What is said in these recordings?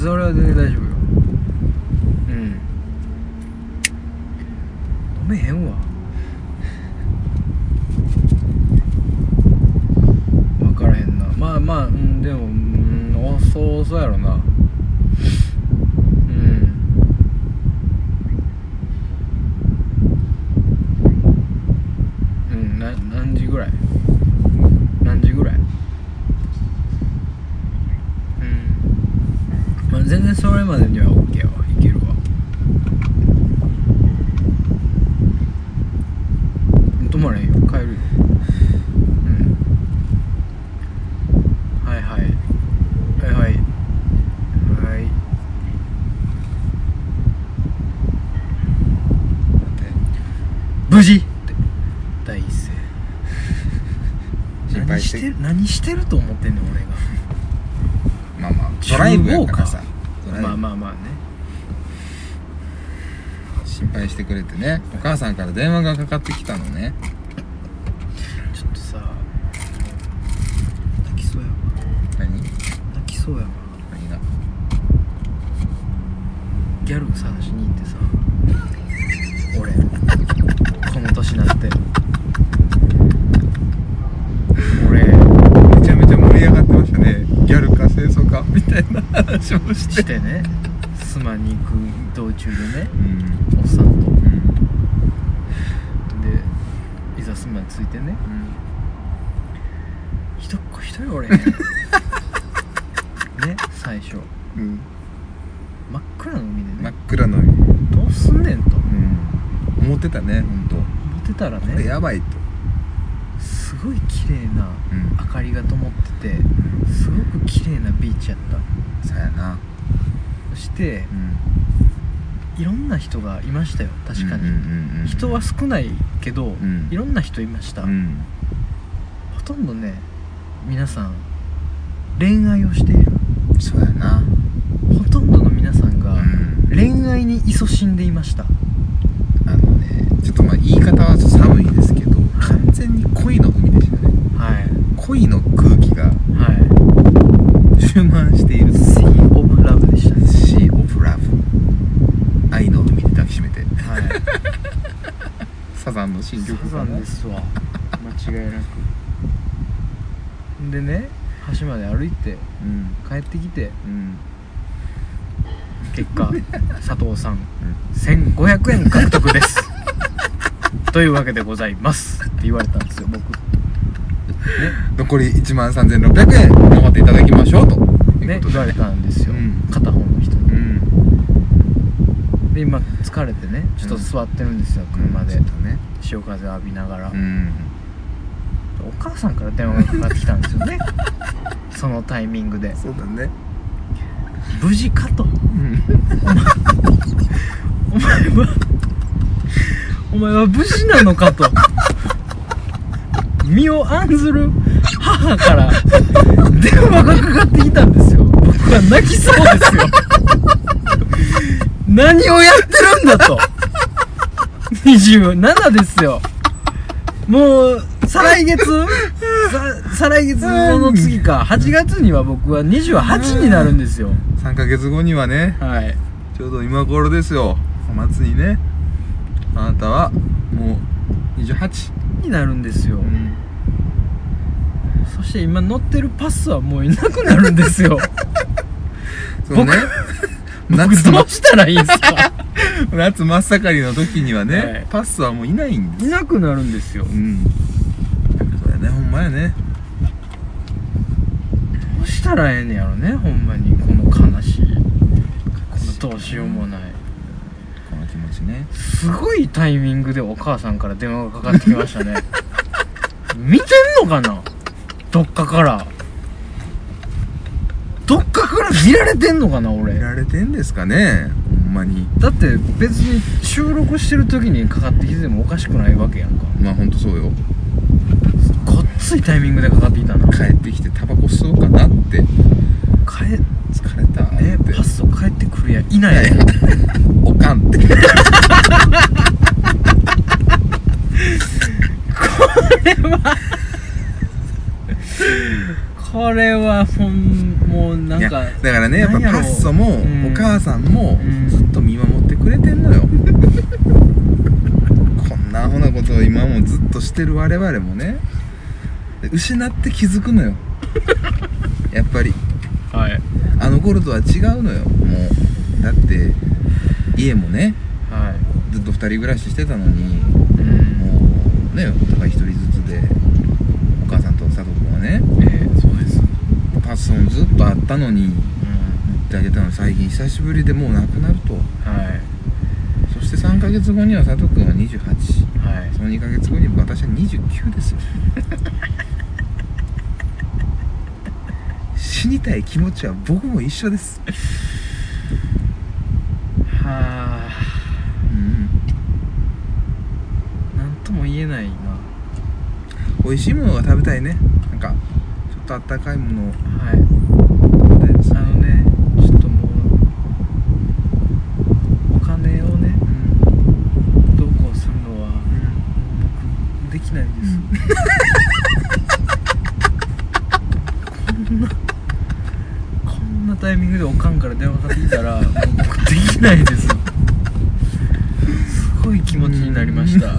それは全然大丈夫ようん飲飲めへん わ分からへんなまあまあうんでもうん遅そうやろなうんうんな何時ぐらい何時ぐらいうんまあ全然それまでには OK やわいけるわ止まれんよ帰るようんはいはいはいはいはい無事って第一声心配し何てしてる何してると思ってんねん俺がまあまあドライブやからさドライブまあまあまあね心配してくれてねお母さんから電話がかかってきたのねちょっとさ泣きそうやわ何泣きそうやわ何がギャル探しに行ってさ俺この年になって俺めちゃめちゃ盛り上がってましたねギャルか清楚かみたいな話をししてね妻に行く道中でねうんおっさんとうんでいざ妻についてねうん一っ子一人 俺ね最初うん真っ暗の海で真ねっ暗の海うどうすんねんとん思ってたね本当思ってたらこれねやばいとすごい綺麗なうん明かりが灯っててすごく綺麗なビーチやったさやなそしてうんいろんな人がいましたよ確かに、うんうんうんうん人は少ないけど、んいろんな人いました、うんほとんどね皆さん恋愛をしているそうやなほとんどの皆さんがうん恋愛に勤しんでいましたあのねちょっとまあ言い方はちょっと寒いですけどい完全に恋の海でしたねはい恋の空気がはい充満している Sea of Love でしたね Sea of Love 愛の海で抱きしめてはいサザンの新そ曲うかななんです わ間違いなくでね橋まで歩いてうん帰ってきてうん結果 佐藤さん1500円獲得 ですというわけでございますって言われたんですよ僕残り1万3600円頑張っていただきましょうといねうこ言とでわれたんですよ、うん片方の人うに、んで今疲れてねちょっと座ってるんですよ、車でちょっとね潮風浴びながら、うんお母さんから電話がかかってきたんです よねそのタイミングでそうだね無事かとうんお前はお前は無事なのか と身を案ずる母から電話がかかってきたんですよ僕は泣きそうです よ何をやってるんだと27ですよもう再来月さ再来月の次か8月には僕は28になるんですよ3ヶ月後にはねはいちょうど今頃ですよお祭りねあなたはもう28になるんですよ、うんそして今乗ってるパスはもういなくなるんですよそうね僕夏どまうしたらいいんですか夏真っ盛りの時にはね、はいパスはもういないんですいなくなるんですよどうんそうやねほんまやねうしたらええねやろねほんまにこの悲しいこのどうしようもないこの気持ちねすごいタイミングでお母さんから電話がかかってきましたね見てんのかなどっかからどっかから見られてんのかな俺見られてんですかねほんまにだって別に収録してる時にかかってきてもおかしくないわけやんかまあほんとそうよごっついタイミングでかかってきたな帰ってきてタバコ吸おうかなって帰っ疲れたねって、パスを帰ってくるやいないやおかんってここれはほんもうなんいかやだからねやっなんぱやろパッソもうんお母さんもうんずっと見守ってくれてんのよ こんなアホなことを今もずっとしてる我々もねで失って気づくのよやっぱりはいはいあの頃とは違うのよもうだって家もねずっと2人暮らししてたのにうんもうねお互い1人ずつでお母さんと佐藤君はねえー、そうですパッソもずっとあったのにうん言ってあげたの最近久しぶりでもう亡くなるとはいそして3ヶ月後には佐藤君は28はいその2ヶ月後に私は29ですよ 死にたい気持ちは僕も一緒ですはあうんなんとも言えないな美味しいものが食べたいねなんかちょっとあったかいものをはい食べたいですあのねちょっともうお金をねうんどうこうするのはもううん僕できないです、こんなタイミングでおかんから電話かかってきたらもう僕できないですすごい気持ちになりました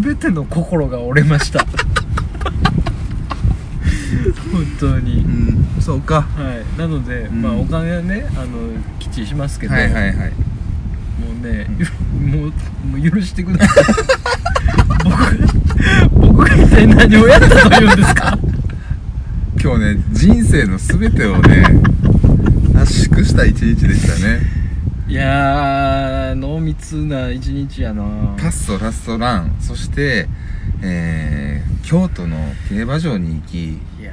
全ての心が折れました本当にうん、そうか。はい、なので、うんまあお金はねあのきっちりしますけど、はいはいはもい。うね、もうもう許してください 僕僕が一体何をやったというんですか今日ね、人生のすべてをね、圧縮した一日でしたね。 いやー濃密な一日やなパッソラストラン、そして、えー、京都の競馬場に行き、いや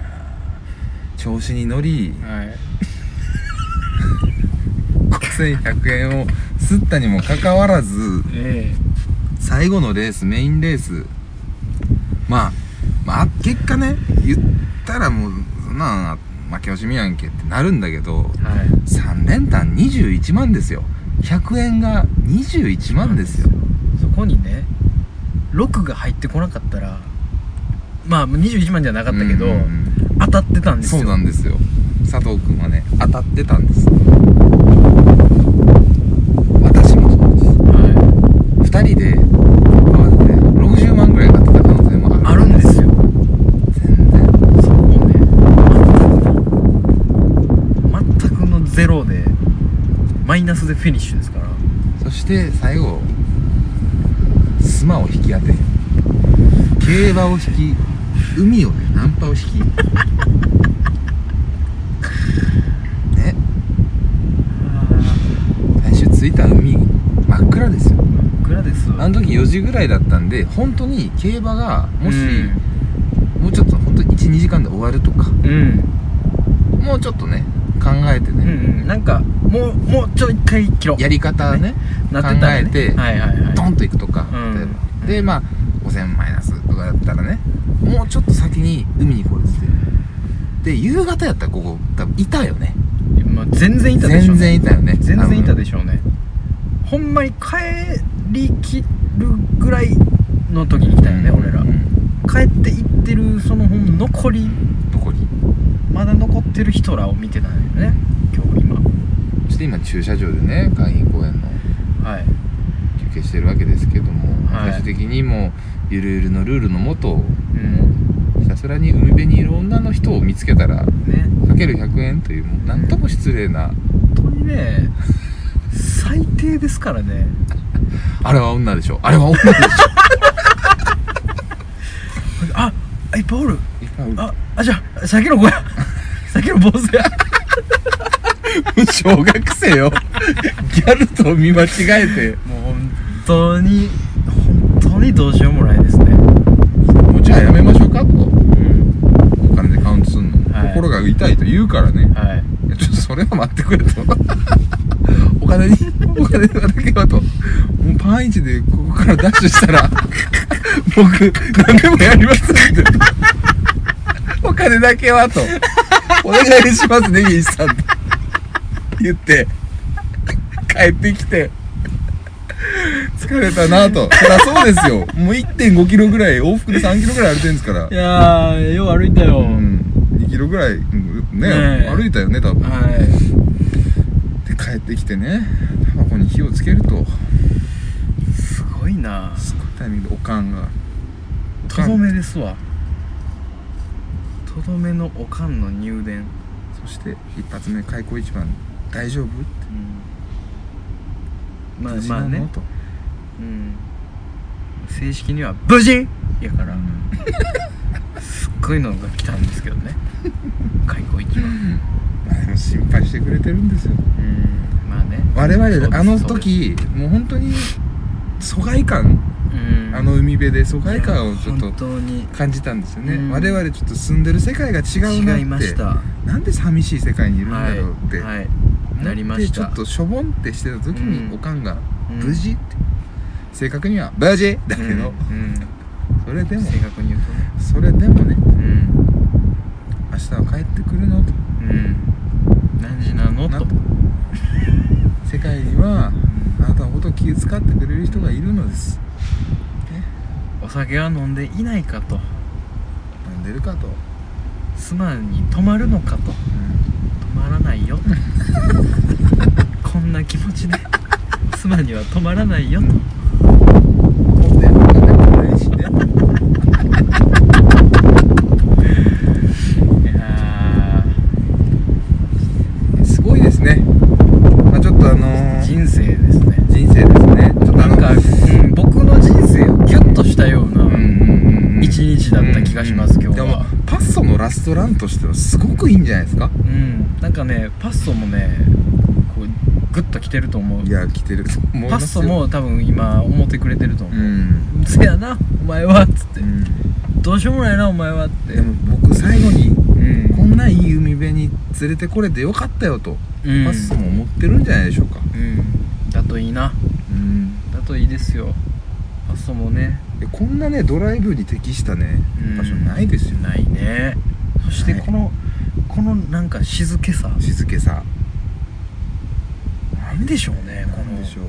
調子に乗り、ーはい5100円を吸ったにもかかわらず、え最後のレース、メインレース、まあ、まあ、結果ね、言ったらもう、そんなん負け惜しみやんけってなるんだけどえ、はい3連単21万ですよ100円が21万ですよそこにね6が入ってこなかったらまあ21万じゃなかったけど、うんうんうん当たってたんですそようなんですよ佐藤君はね当たってたんです私もそうはです2人で合わせて60万ぐらい買ってた可能性もいああるるんですよ全然そうもうね全く全くのゼロでマイナスでフィニッシュですからそして最後スマを引き当て競馬を引き海をねナンパを引きね最終着いた海真っ暗ですよいくらですあの時4時ぐらいだったんで本当に競馬がもし、もうちょっと本当に12時間で終わるとかうん、うんもうちょっとね考えてうんね、なんかもうもうちょい一回切ろうやり方ねなってたら、ね、考えてはいはいはいドンといくとか、うん例えうばんでまあ5000マイナスとかだったらねもうちょっと先に海に行こうっつってで夕方やったらここ多分いたよねまあ、全然いたでしょ全う然ねいたよね全然いたでししょうねほんまに帰りきるぐらいの時に来たよね、俺ら帰って行ってるそのほんま残りどこにまだ残ってる人らを見てたんだよね今日今そして今駐車場でね海浜公園のはい休憩してるわけですけども、はい最終的にもうゆるゆるのルールのもとうんひたすらに海辺にいる女の人を見つけたらねかける100円というもうなんとも失礼な、本当にね最低ですからねあれは女でしょあれは女でしあいっぱいおる ょああじゃあ先の子や 先の坊主や 小学生よギャルと見間違えてもう本当に本当にどうしようもないですねもうじゃあやめましょうかとお金でカウントするの、はい心が痛いと言うからねはいいやちょっとそれは待ってくれと お金にお金だけはともうパンイチでここからダッシュしたら僕何でもやりますってお金だけはとお願いしますね岸さんと言って帰ってきて疲れたなとそりゃそうですよもう1 5キロぐらい往復で3キロぐらい歩いてるんですからいやーよう歩いたよ、うん、 2キロぐらいうんねねえ歩いたよね多分、はで帰ってきてねタバコに火をつけるといすごいなすごいタイミングでおかんがおとかんどめですわとどめのおかんの入電、そして一発目開口一番「大丈夫?」ってうん、まあ無事まなあのねとうん正式には「無事!」やからすっごいのが来たんですけどね開口一番まあでも心配してくれてるんですようんまあね我そうです々あのそうです時もう本当に疎外感、うんあの海辺で疎外感をちょっ本と当に感じたんですよね、うん我々ちょっと住んでる世界が違うなって違いましたなんで寂しい世界にいるんだろうって、はい、はい思っ、てなりましたちょっとしょぼんってしてた時に、うんおかんが「うん無事?」って正確には「無事!」だけど、うんそれでうんも正確に言うとねそれでもねうん明日は帰ってくるのとうん何時なのなとと世界にはあなたのことを気遣ってくれる人がいるのです、ね、お酒は飲んでいないかと飲んでるかと、妻に泊まるのかと止まらない よこんな気持ちで妻には止まらないよと持ってるのかねないしね いやすごいですね、まあ、ちょっとあのーー、人人生ですね生ですねちょっとなあのんか、うん僕の人生をギュッとしたような、うんうんうん一日だった気がします今日はでもパッソのラストランとしてはすごくいいんじゃないですかうんなんかねパッソもねこうグッときてると思ういや来てると思いパッますソよも多分今思ってくれてると思うう、ん、うせやなお前はっつって、うん、どうしようもないなお前はってでも僕最後にうんこんないい海辺に連れてこれてよかったよと、うんパッソも思ってるんじゃないでしょうかうんだといいなうんだといいですよパッソもねいやこんなねドライブに適したね場所ないですよ、ないねそしてはいこの、このなんか静けさ静けさなんでしょうねこなんでしょう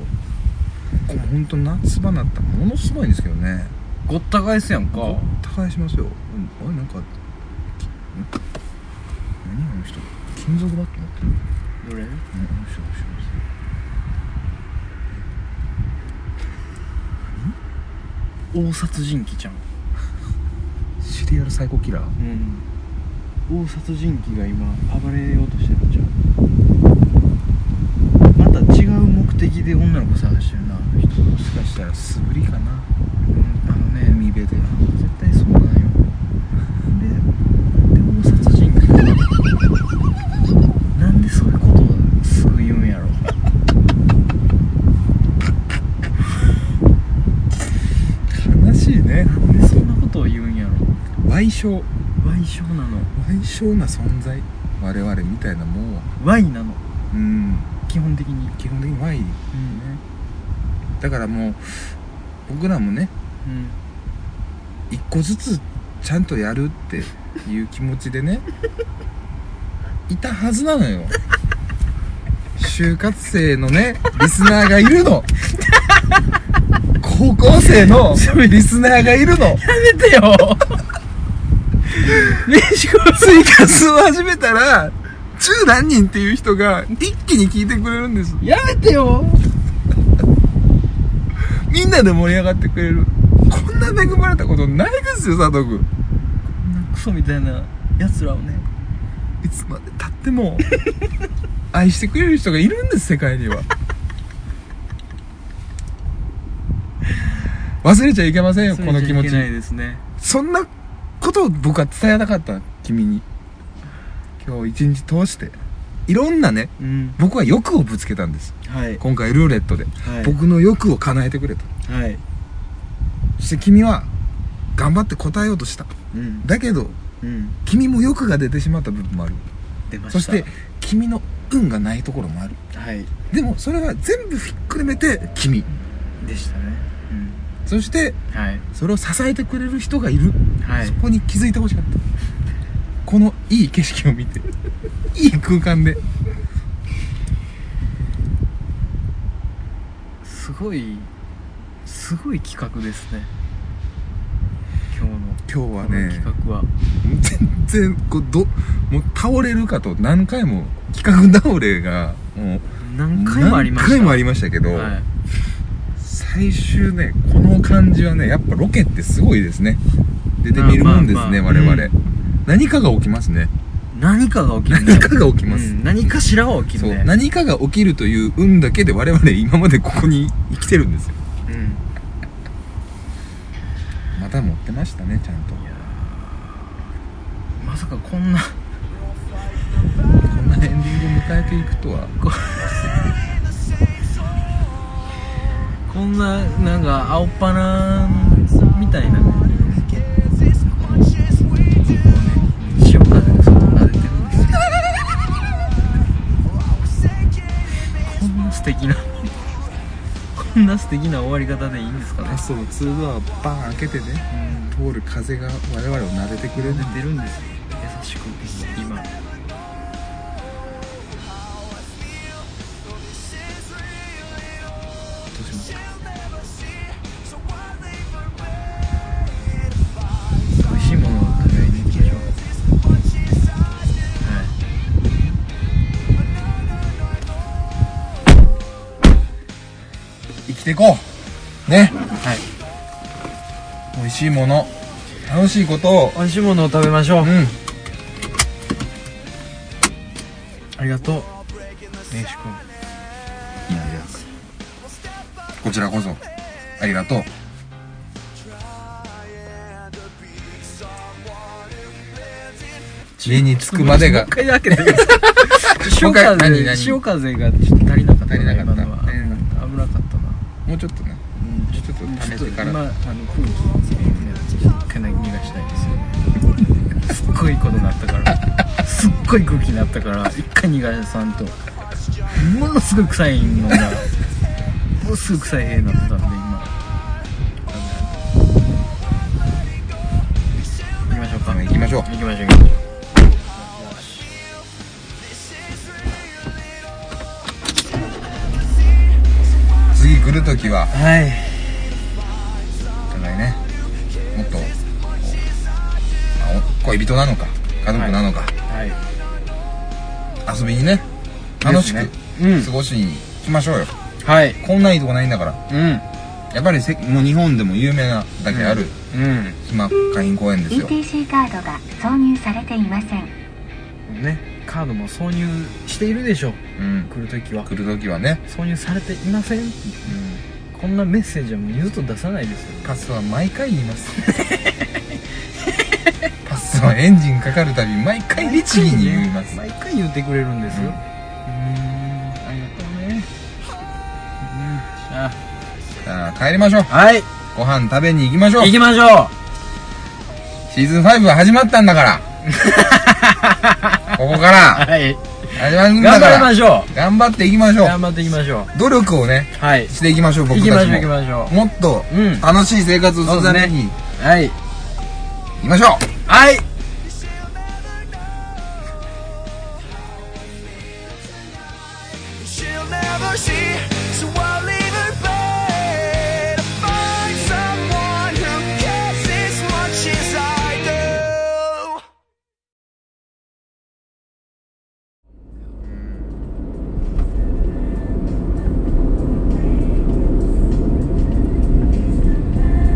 ここ本当夏場になったらものすごいんですけどねのごった返すやんかごった返しますようんあれなんかん何あの人金属バット持ってるどれうんあの人あの人大殺人鬼ちゃんシリアル最高キラーうん大殺人鬼が今暴れようとしてるんじゃんまた違う目的で女の子探してるなあの人、もしかしたら素振りかなあのね海辺で絶対そうなんよでで大殺人鬼なんでそういうことをすぐ言うんやろ悲しいなねんでそんなことを言うんやろ賠償賠償なの賠償な存在我々みたいなもんは Y なのうん基本的に基本的に Y ねうんだからもう僕らもねうん一個ずつちゃんとやるっていう気持ちでねいたはずなのよ就活生のねリスナーがいるの高校生のリスナーがいるのやめてよ西川スイカスを始めたら十何人っていう人が一気に聞いてくれるんですやめてよみんなで盛り上がってくれるこんな恵まれたことないですよ佐藤君クソみたいなやつらをねいつまでたっても 愛してくれる人がいるんです世界 には忘れちゃいけませんよそこれの気持じゃいちけないですねそんなことを僕は伝えなかった君に今日一日通していろんなねうん僕は欲をぶつけたんですはい今回ルーレットで、はい僕の欲を叶えてくれたはいそして君は頑張って答えようとしたうんだけどうん君も欲が出てしまった部分もある出ましたそして君の運がないところもあるはいでもそれは全部ひっくるめて君でしたねうんそしてはいそれを支えてくれる人がいる、はいそこに気づいてほしかったこのいい景色を見 ていい空間ですごいすごい企画ですね今日の今日はこのね企画は全然こうどもう倒れるかと何回も企画倒れがもう何回もありました何回もありまましたけど、はい、最終ねこの感じはねやっぱロケってすごいですね出てみるもんですね、まあまあまあ我々、何かが起きますね何かが起きるね何かが起きます、うん何かしらは起きるそうね何かが起きるという運だけで我々今までここに生きてるんですようんいまた持ってましたねちゃんとやーまさかこんなこんなエンディングを迎えていくとはここんななんか青っぱなみたいな潮風でそこれてるんですよこんな素敵なこんな素敵な終わり方でいいんですかねラストのツードアバーン開けてねうん通る風が我々を撫でてくれる出てるんですよ優しく今どうしますか美味しいものを食べに行きましょうはい生きていこうねはい美味しいもの楽しいことを美味しいものを食べましょううんありがとう名刺君いやいやこちらこそありがとう家に着くまでもがう 一回だけでいいですかもう潮一回風何何潮風がちょっと足りなかった足りなかっ今のはた足りな危かなかったなもうちょっとねうんちょっと溜めてから今あの空気を一回逃がしたいですよねすっごいことになったからすっごい空気になったから一回逃がさんとものすごい臭いのがものすごい臭い絵になってたんで今行きましょうか行きましょう行きましょう行きましょ次来る時はうはいお互いねもっとこうまあお恋人なのか家族なのか、はい遊びにね楽しくうん過ごしに行きましょうよ、はいこんないいとこないんだからうんやっぱりせもう日本でも有名なだけあるうん島海浜公園ですよ、 ETC カードが挿入されていませんねカードも挿入しているでしょううん、来るときは来る時はね、挿入されていませんってこんなメッセージはもう二度と出さないですよパスは毎回言います パスはエンジンかかるたび毎回律儀に言います、毎回言ってくれるんですよううんんありがとうねうんあさあ帰りましょうはいご飯食べに行きましょう行きましょシーズン5が始まったんだから ここかうらはい始まるんだ頑か張らりましょ頑張っていきましうょ頑張っていきましょうう努力をねはいしていきましょう僕行きたちもましょう行きましょもっとううん楽しい生活をするために行はいきましょうはい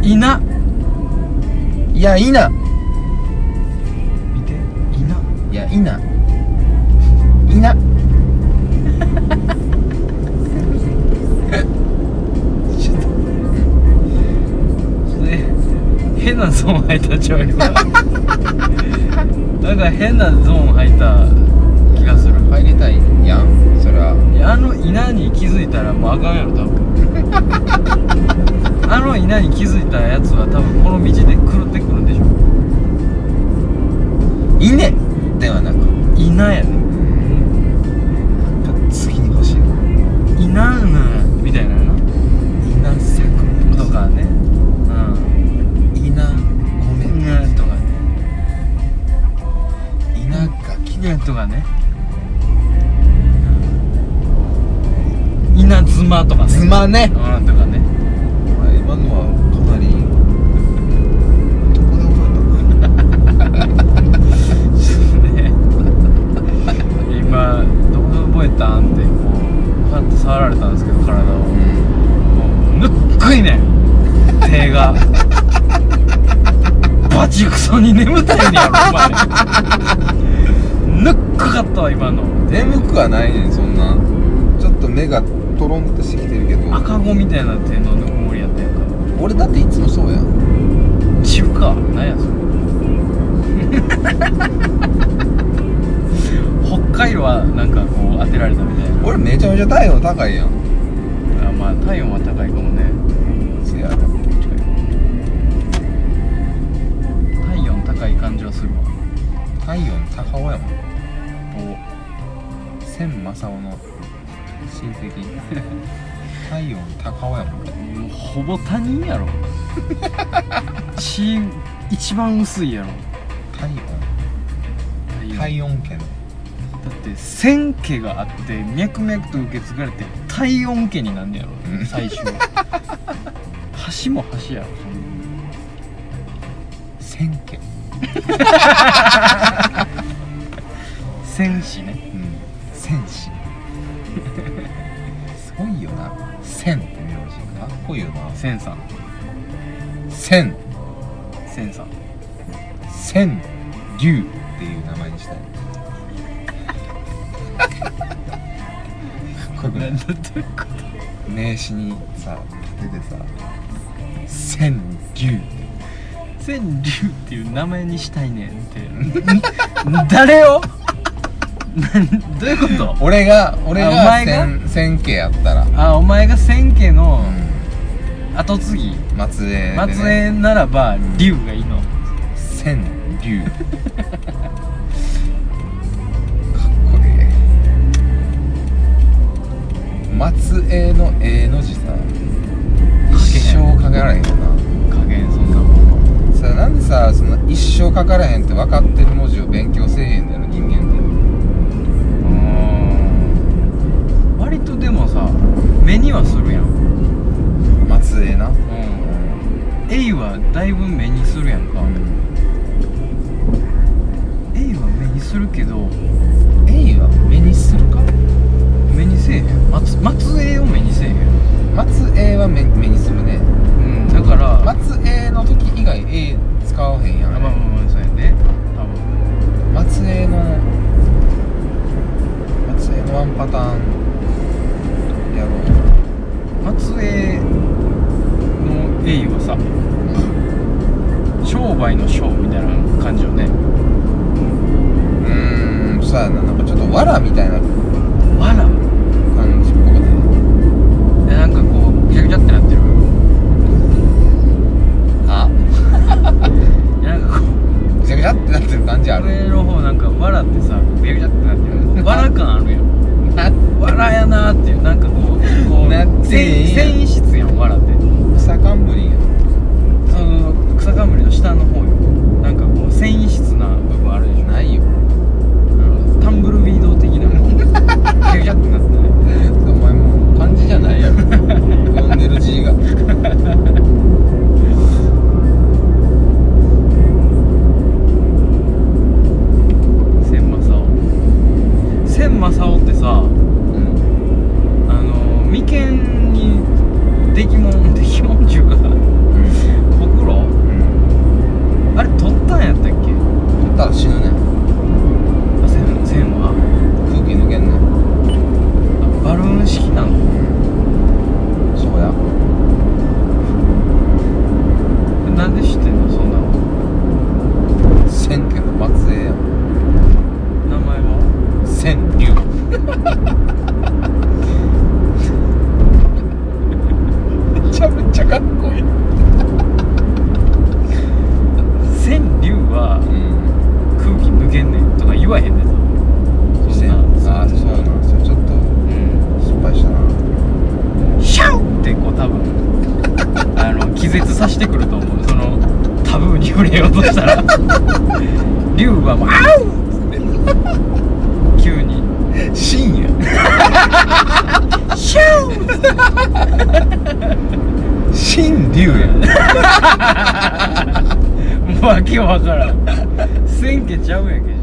いないやいな見ていないやいいないいなね変なゾーン入ったちゃう今なんか変なゾーン入った気がする入りたいやんそりゃいやあの稲に気づいたらもうあかんやろ多分あの稲に気づいたやつは多分この道で狂ってくるんでしょいいねではなく稲やね次に欲しい稲なみたいなの稲作とかねうん稲米稲とかね稲垣稲とかね稲妻とかねまねうんとかね今のはかなりどこで覚えたのてんねやろお前ぬっかかったわ今の眠くはないねんそんなちょっと目がトロンとしてきてるけど赤子みたいな手のぬくもりやったやんか俺だっていつもそうやんちゅうかなんやそれ北海道はなんかこう当てられたみたい俺めちゃめちゃ体温高いやんなあまあ体温は高いかもねせやろ体温高い感じはするわ体温高尾やもんこ千正雄の親戚体温高尾やもんうもうほぼ他人やろ血一番薄いやろ体体温温体温圏だって線家があって脈々と受け継がれて体温家になんねやろうん最終 橋も橋やろそんな千家戦士ねうん戦士すごいよな千って名字かっこいいよな千さん千千さん千龍っていう名前にしたいこれなんだってこ名刺にさ出てさ千龍と千竜っていう名前にしたいねんってん 誰をなん どういうこと俺が俺あおが前が千千家やったらあお前が千家うのん後継ぎ松江で、ね、松江ならば竜がいいの千龍かっこいい松江の「え」の字さ一生かからへんよな加減そんなもんさあなんでさその一生かからへんって分かってる文字を勉強せえへんのやろ人間っうん割とでもさ目にはするやんて松江なうんエイはだいぶ目にするやんか、エイは目にするけど「え」は目にするか目にせえへん松松江を目にせえへん、松江は目目にするねうん、だから松江の時以外「え」使わへんやあまあまあんまあそうやね多分松江の松江のワンパターンやろう松江のエイはさ商売の商みたいな感じよねうーんそうやななんかちょっとわらみたいなわら感じっぽくねえなんかこうぐちゃぐちゃってなってるあいやなんかこうぐちゃぐちゃってなってる感じある俺の方なんかわらってさぐちゃぐちゃってなってるわら感あるやんなわらやなーっていうなんかこうこうなってんや繊維質やんわらって草冠やその草冠の下の方よなんかこう繊維質な部分あるでしょないようんタンブルビード的なもうギャギャってなってね お前もう漢字じゃないやろ 読んでる字が千正雄千正雄ってさうんあの眉間に出来 物出来物っていうかさうんほくろうんあれ取ったんやったっけ取ったら死ぬねあ千千は空気抜けんねあバルーン式なのそうやなんで知ってんのそんなの千家の松江や名前は千龍めちゃめちゃかっこいい、うん、千竜は空気抜けんねんとか言わへんでさそん千なあーそうやなそれちょっとうん失敗したなシャンってこう多分 あの気絶させてくると思うそのタブーに触れようとしたら龍はもう「あう!」っつって急に深 「夜シャン!新龍や」もうわけわからん千家ちゃうやんけじゃ